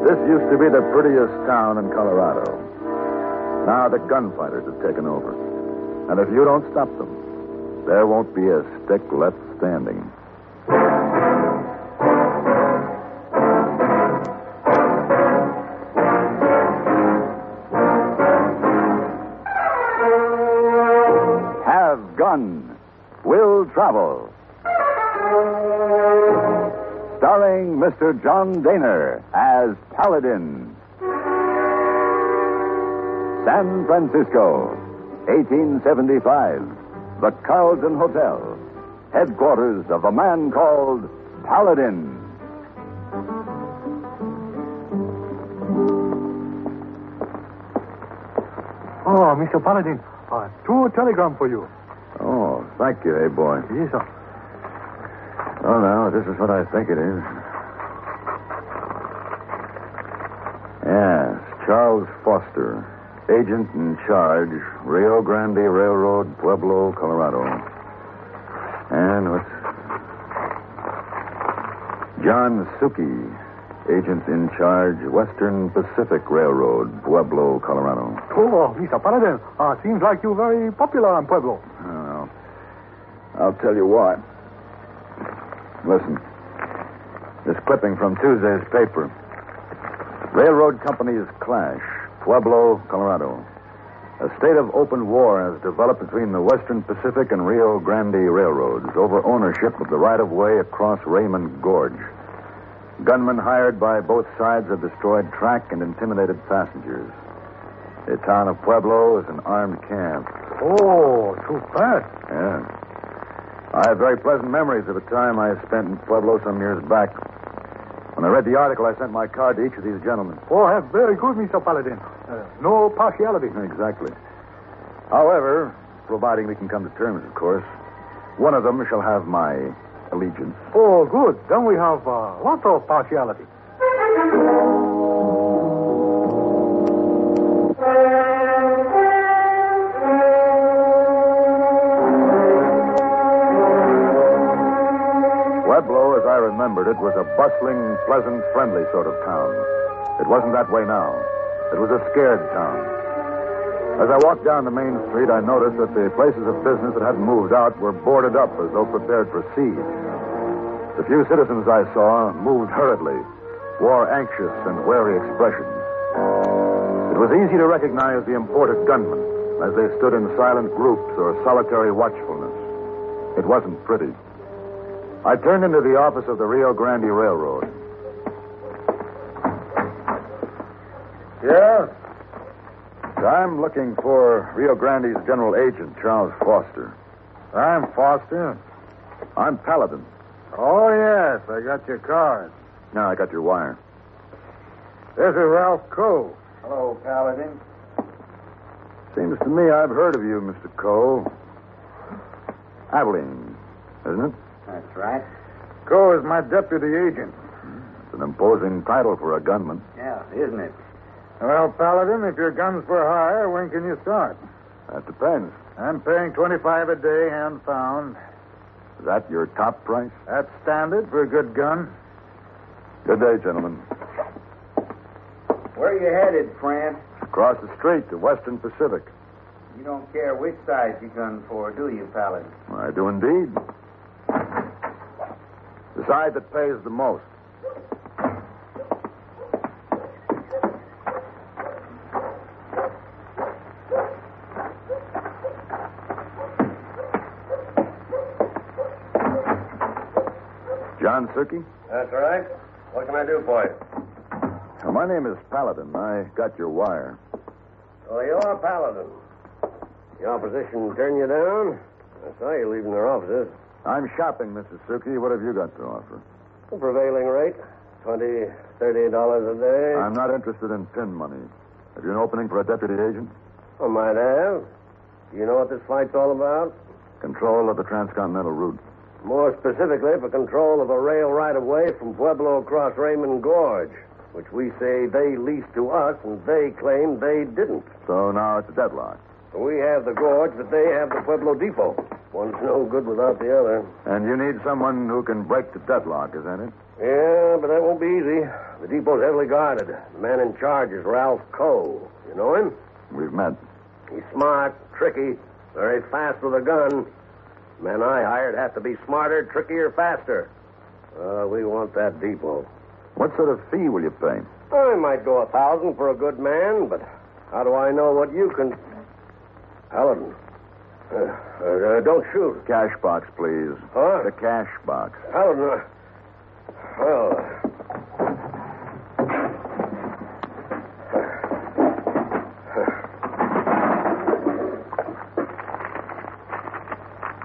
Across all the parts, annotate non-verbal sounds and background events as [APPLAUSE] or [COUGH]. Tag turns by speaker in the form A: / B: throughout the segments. A: maybe the prettiest town in Colorado. Now the gunfighters have taken over. And if you don't stop them, there won't be a stick left standing. Have Gun Will Travel. Starring Mr. John Daner as Paladin. San Francisco, 1875. The Carlton Hotel, headquarters of a man called Paladin.
B: Oh, Mr. Paladin, uh, two telegram for you.
A: Oh, thank you, hey boy.
B: Yes, sir.
A: Oh, now, this is what I think it is. Yes, Charles Foster, agent in charge, Rio Grande Railroad, Pueblo, Colorado. And what's. John Suki, agent in charge, Western Pacific Railroad, Pueblo, Colorado.
B: Oh, Mr. Paladin, uh, seems like you're very popular in Pueblo.
A: Well, I'll tell you what. Listen. This clipping from Tuesday's paper. Railroad companies clash. Pueblo, Colorado. A state of open war has developed between the Western Pacific and Rio Grande railroads over ownership of the right of way across Raymond Gorge. Gunmen hired by both sides have destroyed track and intimidated passengers. The town of Pueblo is an armed camp.
B: Oh, too fast.
A: Yeah. I have very pleasant memories of a time I spent in Pueblo some years back. When I read the article, I sent my card to each of these gentlemen. [LAUGHS]
B: Oh, uh, very good, Mr. Paladin. Uh, no partiality.
A: Exactly. However, providing we can come to terms, of course, one of them shall have my allegiance.
B: Oh, good. Then we have uh, lots of partiality.
A: Pueblo, as I remembered it, was a bustling, pleasant, friendly sort of town. It wasn't that way now. It was a scared town. As I walked down the main street, I noticed that the places of business that hadn't moved out were boarded up as though prepared for siege. The few citizens I saw moved hurriedly, wore anxious and wary expressions. It was easy to recognize the imported gunmen as they stood in silent groups or solitary watchfulness. It wasn't pretty. I turned into the office of the Rio Grande Railroad. Yes? I'm looking for Rio Grande's general agent, Charles Foster.
C: I'm Foster.
A: I'm Paladin.
C: Oh, yes, I got your card.
A: Now I got your wire.
C: This is Ralph Coe.
D: Hello, Paladin.
A: Seems to me I've heard of you, Mr. Cole. Abilene, isn't it?
D: That's right.
C: Coe is my deputy agent.
A: It's an imposing title for a gunman.
D: Yeah, isn't it?
C: Well, Paladin, if your guns were higher, when can you start?
A: That depends.
C: I'm paying 25 a day, hand found.
A: Is that your top price?
C: That's standard for a good gun.
A: Good day, gentlemen.
D: Where you headed, friend?
A: Across the street to Western Pacific.
D: You don't care which side you gun for, do you, Paladin?
A: I do indeed. The side that pays the most. John Cirky?
E: That's right. What can I do for you?
A: Well, my name is Paladin. I got your wire.
E: Oh, you're a paladin. The opposition turned you down? I saw you leaving their offices.
A: I'm shopping, Mr. Suki. What have you got to offer?
E: The prevailing rate, twenty, thirty dollars a day.
A: I'm not interested in pin money. Have you an opening for a deputy agent?
E: I might have. Oh, Do you know what this fight's all about?
A: Control of the transcontinental route.
E: More specifically, for control of a rail right of way from Pueblo across Raymond Gorge, which we say they leased to us and they claim they didn't.
A: So now it's a deadlock.
E: We have the gorge, but they have the Pueblo Depot. One's no good without the other.
A: And you need someone who can break the deadlock, isn't it?
E: Yeah, but that won't be easy. The depot's heavily guarded. The man in charge is Ralph Cole. You know him?
A: We've met.
E: He's smart, tricky, very fast with a gun. Men I hired have to be smarter, trickier, faster. Uh, we want that depot.
A: What sort of fee will you pay?
E: I might go a thousand for a good man, but how do I know what you can? Paladin. Uh, uh, uh, don't shoot.
A: Cash box, please.
E: Huh?
A: The cash box.
E: Paladin. uh, Well.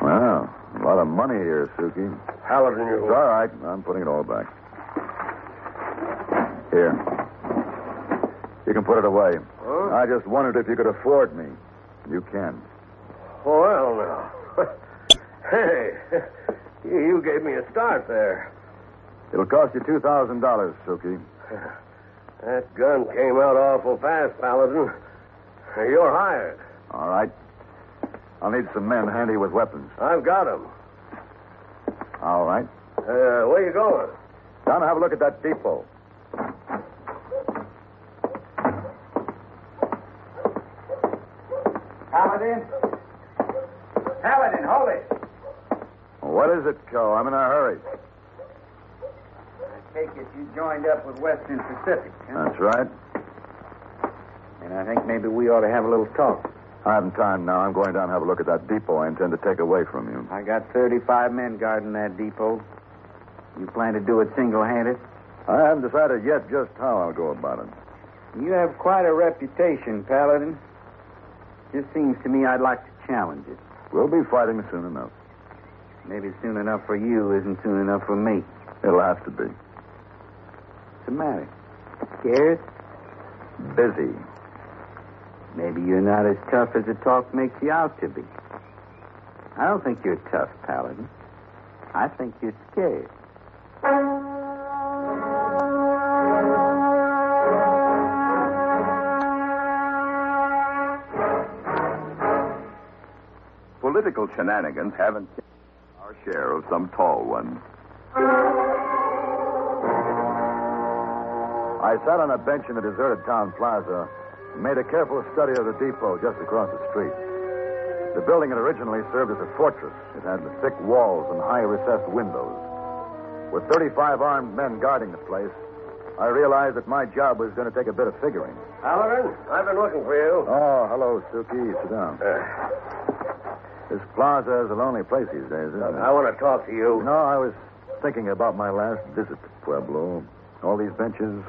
A: Well, a lot of money here, Suki.
E: Paladin,
A: It's
E: you.
A: all right. I'm putting it all back. Here. You can put it away.
E: Huh?
A: I just wondered if you could afford me. You can.
E: Well, now. [LAUGHS] hey, [LAUGHS] you gave me a start there.
A: It'll cost you two thousand dollars, Suki.
E: That gun came out awful fast, Paladin. You're hired.
A: All right. I'll need some men handy with weapons.
E: I've got 'em.
A: All right.
E: Uh, where you going?
A: Down and have a look at that depot.
D: Paladin? Paladin, hold it.
A: What is it, Co? I'm in a hurry.
D: I take it you joined up with Western Pacific, huh?
A: That's right.
D: And I think maybe we ought to have a little talk.
A: I haven't time now. I'm going down and have a look at that depot I intend to take away from you.
D: I got 35 men guarding that depot. You plan to do it single-handed?
A: I haven't decided yet just how I'll go about it.
D: You have quite a reputation, Paladin. Just seems to me I'd like to challenge it.
A: We'll be fighting soon enough.
D: Maybe soon enough for you isn't soon enough for me.
A: It'll have to be.
D: What's the matter? Scared?
A: Busy.
D: Maybe you're not as tough as the talk makes you out to be. I don't think you're tough, Paladin. I think you're scared.
F: Political shenanigans haven't our share of some tall ones.
A: I sat on a bench in the deserted town plaza and made a careful study of the depot just across the street. The building had originally served as a fortress. It had thick walls and high recessed windows. With 35 armed men guarding the place, I realized that my job was going to take a bit of figuring.
E: Paladin, I've been looking for you.
A: Oh, hello, Suki. Sit down.
E: Uh,
A: This plaza is a lonely place these days, isn't it?
E: I want to talk to you.
A: No, I was thinking about my last visit to Pueblo. All these benches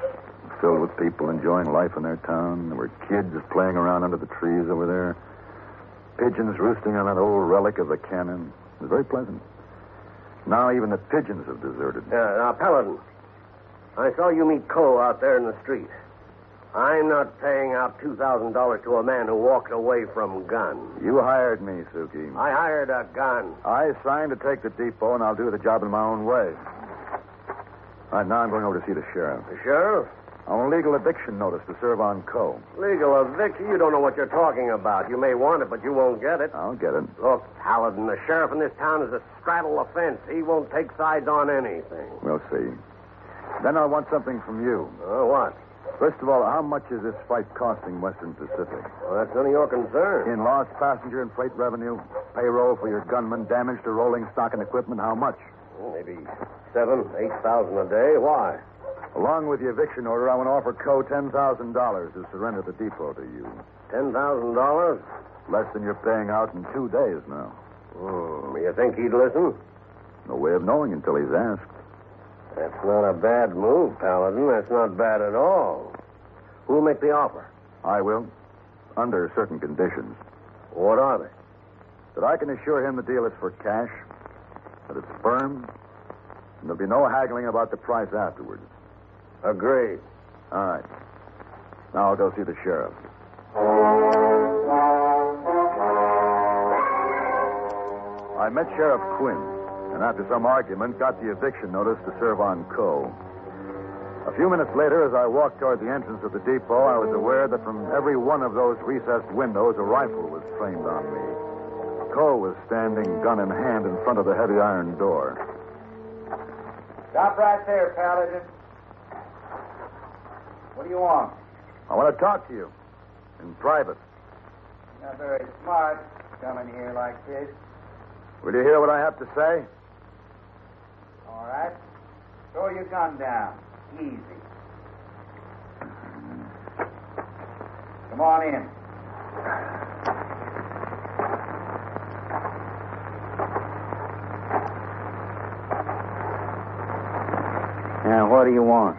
A: filled with people enjoying life in their town. There were kids playing around under the trees over there. Pigeons roosting on that old relic of the cannon. It was very pleasant. Now even the pigeons have deserted.
E: Uh, now, Paladin, I saw you meet Cole out there in the street. I'm not paying out $2,000 to a man who walked away from guns.
A: You hired me, Suki.
E: I hired a gun.
A: I signed to take the depot, and I'll do the job in my own way. All right, now I'm going over to see the sheriff.
E: The sheriff?
A: I want a legal eviction notice to serve on Coe.
E: Legal eviction? You don't know what you're talking about. You may want it, but you won't get it.
A: I'll get it.
E: Look, Paladin, the sheriff in this town is a straddle offense. He won't take sides on anything.
A: We'll see. Then I want something from you.
E: Uh, what?
A: First of all, how much is this fight costing Western Pacific?
E: Well, that's none of your concern.
A: In lost passenger and freight revenue, payroll for your gunmen, damage to rolling stock and equipment, how much?
E: Maybe seven, eight thousand a day. Why?
A: Along with the eviction order, I want to offer Coe $10,000 to surrender the depot to you.
E: Ten thousand dollars?
A: Less than you're paying out in two days now.
E: Hmm, You think he'd listen?
A: No way of knowing until he's asked.
E: That's not a bad move, Paladin. That's not bad at all. Who'll make the offer?
A: I will, under certain conditions.
E: What are they?
A: But I can assure him the deal is for cash, that it's firm, and there'll be no haggling about the price afterwards.
E: Agreed.
A: All right. Now I'll go see the sheriff. I met Sheriff Quinn, and after some argument, got the eviction notice to serve on Coe. A few minutes later, as I walked toward the entrance of the depot, I was aware that from every one of those recessed windows, a rifle was trained on me. Cole was standing, gun in hand, in front of the heavy iron door.
D: Stop right there, Paladin. What do you want?
A: I want to talk to you. In private.
D: Not very smart coming here like this.
A: Will you hear what I have to say?
D: All right. Throw your gun down. Easy. Come on in. Now, what do you want?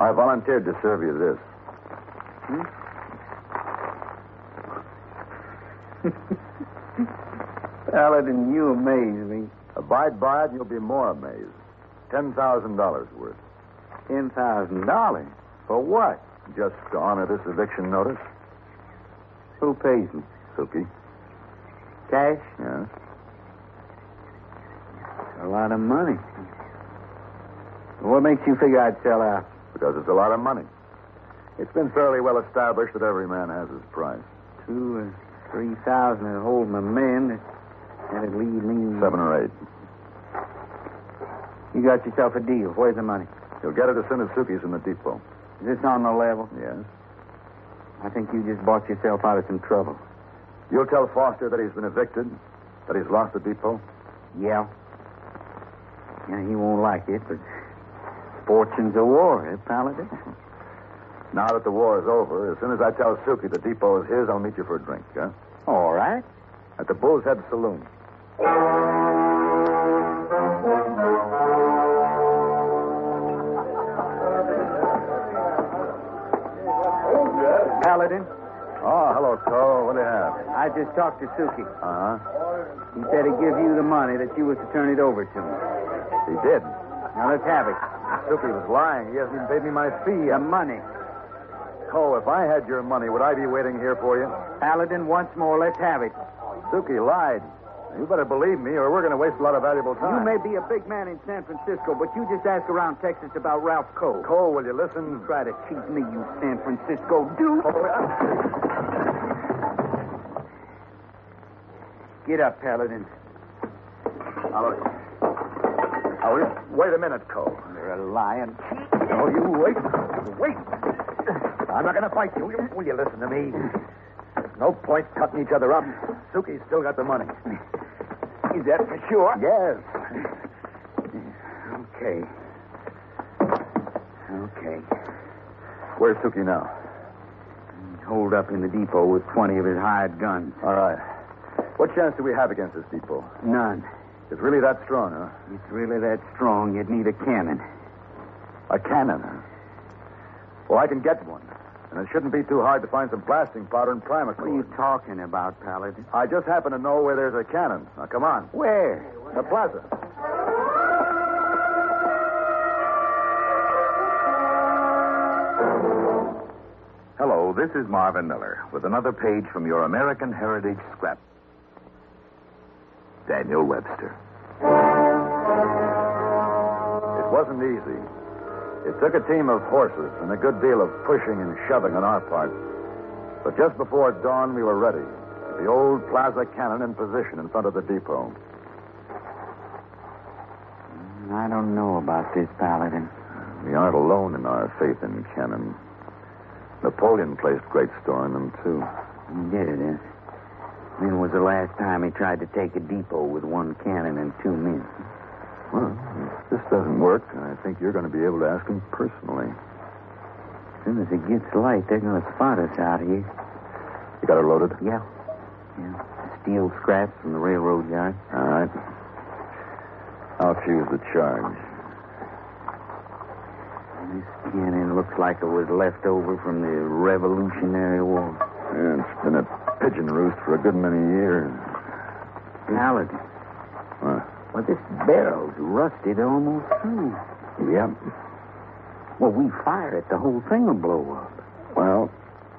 A: I volunteered to serve you this.
D: Paladin, you amaze me.
A: Abide by it, and you'll be more amazed. $10,000 worth.
D: Ten thousand dollars.
A: For what? Just to honor this eviction notice,
D: Who pays me?
A: Suki.
D: Cash?
A: Yeah.
D: A lot of money. What makes you figure I'd sell out?
A: Because it's a lot of money. It's been fairly well established that every man has his price.
D: Two or three thousand to hold my men. That'd leave me.
A: Seven or eight.
D: You got yourself a deal. Where's the money?
A: You'll get it as soon as Suki's in the depot.
D: Is this on the level?
A: Yes.
D: I think you just bought yourself out of some trouble.
A: You'll tell Foster that he's been evicted, that he's lost the depot.
D: Yeah. Yeah, he won't like it, but fortune's a war, eh, Paladin? [LAUGHS]
A: Now that the war is over, as soon as I tell Suki the depot is his, I'll meet you for a drink, huh?
D: All right.
A: At the Bull's Head Saloon.
D: Paladin,
A: Oh, hello, Cole. What do you have?
D: I just talked to Suki.
A: Uh huh.
D: He said he'd give you the money that you was to turn it over to him.
A: He did.
D: Now let's have it.
A: Suki was lying. He hasn't even paid me my fee.
D: The money.
A: Cole, Oh, if I had your money, would I be waiting here for you?
D: Paladin, once more, let's have it.
A: Suki lied. You better believe me, or we're going to waste a lot of valuable
D: You
A: time.
D: may be a big man in San Francisco, but you just ask around Texas about Ralph Cole.
A: Cole, will you listen?
D: Try to cheat me, you San Francisco dude. Get up, Paladin.
A: Oh, wait- wait a minute, Cole.
D: You're a lion.
A: Oh, you wait. Wait. I'm not going to fight you. Will you listen to me? There's no point cutting each other up. Suki's still got the money.
D: Is that for sure?
A: Yes.
D: Okay. Okay.
A: Where's Suki now?
D: Holed up in the depot with 20 of his hired guns.
A: All right. What chance do we have against this depot?
D: None.
A: It's really that strong, huh?
D: It's really that strong, you'd need a cannon.
A: A cannon. huh? Well, I can get one. And it shouldn't be too hard to find some blasting powder and primer
D: What are you talking about, Paladin?
A: I just happen to know where there's a cannon. Now, come on.
D: Where?
A: The plaza.
F: Hello, this is Marvin Miller with another page from your American Heritage scrap. Daniel Webster.
A: It wasn't easy. It took a team of horses and a good deal of pushing and shoving on our part. But just before dawn, we were ready. The old plaza cannon in position in front of the depot.
D: I don't know about this, Paladin.
A: We aren't alone in our faith in cannon. Napoleon placed great store in them, too.
D: He did it, huh? When was the last time he tried to take a depot with one cannon and two men?
A: Well, if this doesn't work, I think you're going to be able to ask him personally.
D: As soon as it gets light, they're going to spot us out here.
A: You got her loaded?
D: Yeah. Yeah. Steel scraps from the railroad yard.
A: All right. I'll choose the charge.
D: This cannon looks like it was left over from the Revolutionary War.
A: Yeah, it's been a pigeon roost for a good many years.
D: Paladin.
A: Huh.
D: Well, this barrel's rusted almost through.
A: Yep.
D: Well, we fire it, the whole thing will blow up.
A: Well,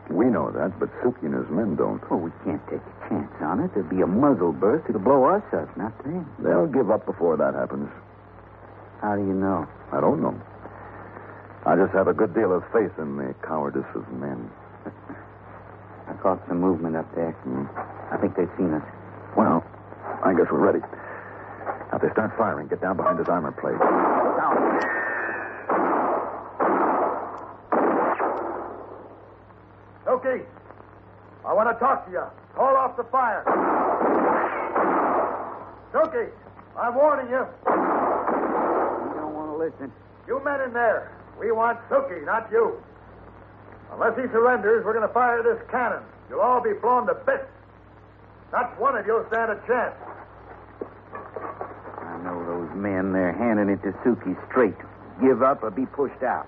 A: we know that, but Suki and his men don't.
D: Well, we can't take a chance on it. There'll be a muzzle burst. It'll blow us up, not them.
A: They'll give up before that happens.
D: How do you know?
A: I don't know. I just have a good deal of faith in the cowardice of men.
D: I caught some movement up there.
A: Hmm.
D: I think they've seen us.
A: I guess we're ready. Now, if they start firing, get down behind his armor plate. Down.
B: Loki, I want to talk to you. Call off the fire. Loki, I'm warning you.
D: You don't want to listen.
B: You men in there, we want Suki, not you. Unless he surrenders, we're going to fire this cannon. You'll all be blown to bits. Not one of you'll stand a chance.
D: I know those men. They're handing it to Suki straight. Give up or be pushed out.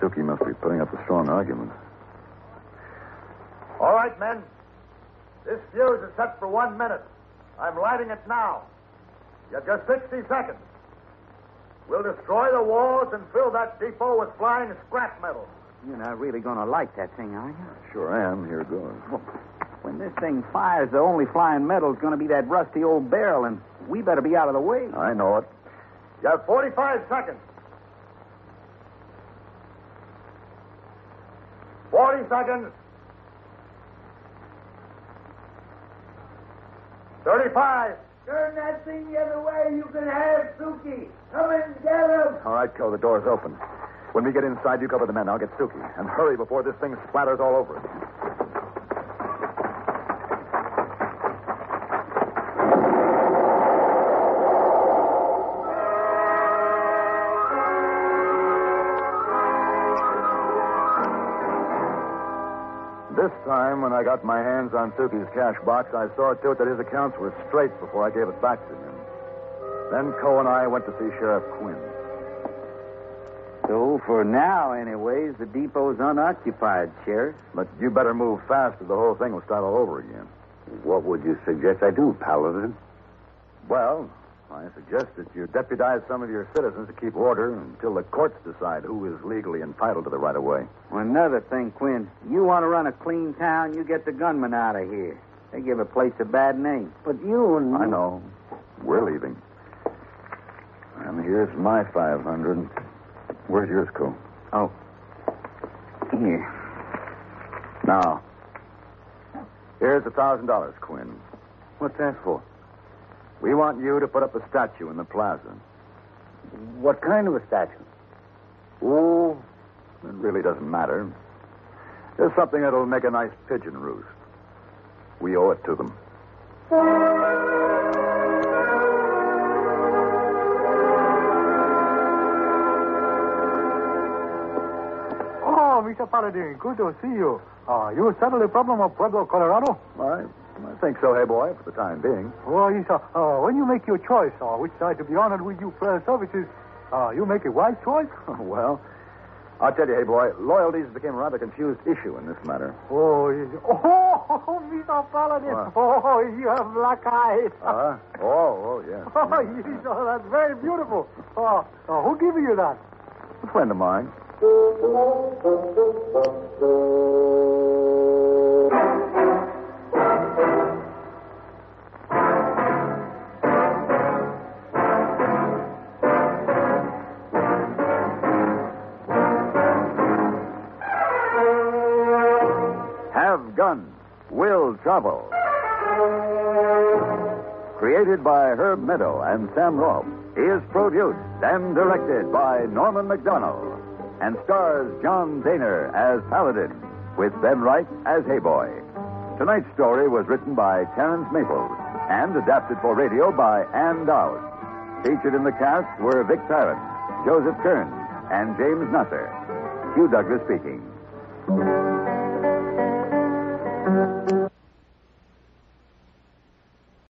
A: Suki must be putting up a strong argument.
B: All right, men. This fuse is set for one minute. I'm lighting it now. You've just 60 seconds. We'll destroy the walls and fill that depot with flying scrap metal.
D: You're not really going to like that thing, are you?
A: Sure am. Here goes.
D: When this thing fires, the only flying metal's going to be that rusty old barrel, and we better be out of the way.
A: I know it.
B: You have 45 seconds. 40 seconds. 35.
G: Turn that thing the other way. You can have Suki. Come and get him.
A: All right, Kel, the door's open. When we get inside, you cover the men. I'll get Suki. And hurry before this thing splatters all over us. This time, when I got my hands on Suki's cash box, I saw to it that his accounts were straight before I gave it back to him. Then Coe and I went to see Sheriff Quinn.
D: So, for now, anyways, the depot's unoccupied, Sheriff.
A: But you better move fast or the whole thing will start all over again.
E: What would you suggest I do, Paladin?
A: Well, I suggest that you deputize some of your citizens to keep order until the courts decide who is legally entitled to the right of way.
D: Well, another thing, Quinn. You want to run a clean town, you get the gunmen out of here. They give a place a bad name. But you and
A: I know. We're leaving. And here's my 500. Where's yours, Cole?
D: Oh. Here.
A: Now, here's a thousand dollars, Quinn.
D: What's that for?
A: We want you to put up a statue in the plaza.
D: What kind of a statue?
A: Oh, it really doesn't matter. There's something that'll make a nice pigeon roost. We owe it to them.
B: Oh, Mr. Paladin, good to see you. Uh, you settle the problem of Pueblo, Colorado?
A: I, I think so, hey boy, for the time being. [LAUGHS]
B: Oh, yes, sir. Uh, when you make your choice on which side to be honored with you for your services, uh, you make a wise choice?
A: well, I'll tell you, hey boy, loyalties became a rather confused issue in this matter.
B: Oh, yes. [LAUGHS] oh, Mr. Paladin.
A: What?
B: Oh, you have black eyes.
A: Uh, oh, oh, yes.
B: [LAUGHS] Oh, yes, sir, that's very beautiful. Uh, uh, who gave you that?
A: A friend of mine. Have Gun, Will Travel. Created by Herb Meadow and Sam Rolfe, is produced and directed by Norman McDonald and stars John Daner as Paladin, with Ben Wright as Hayboy. Tonight's story was written by Terrence Maples and adapted for radio by Ann Dowd. Featured in the cast were Vic Parent, Joseph Kern, and James Nutter. Hugh Douglas speaking.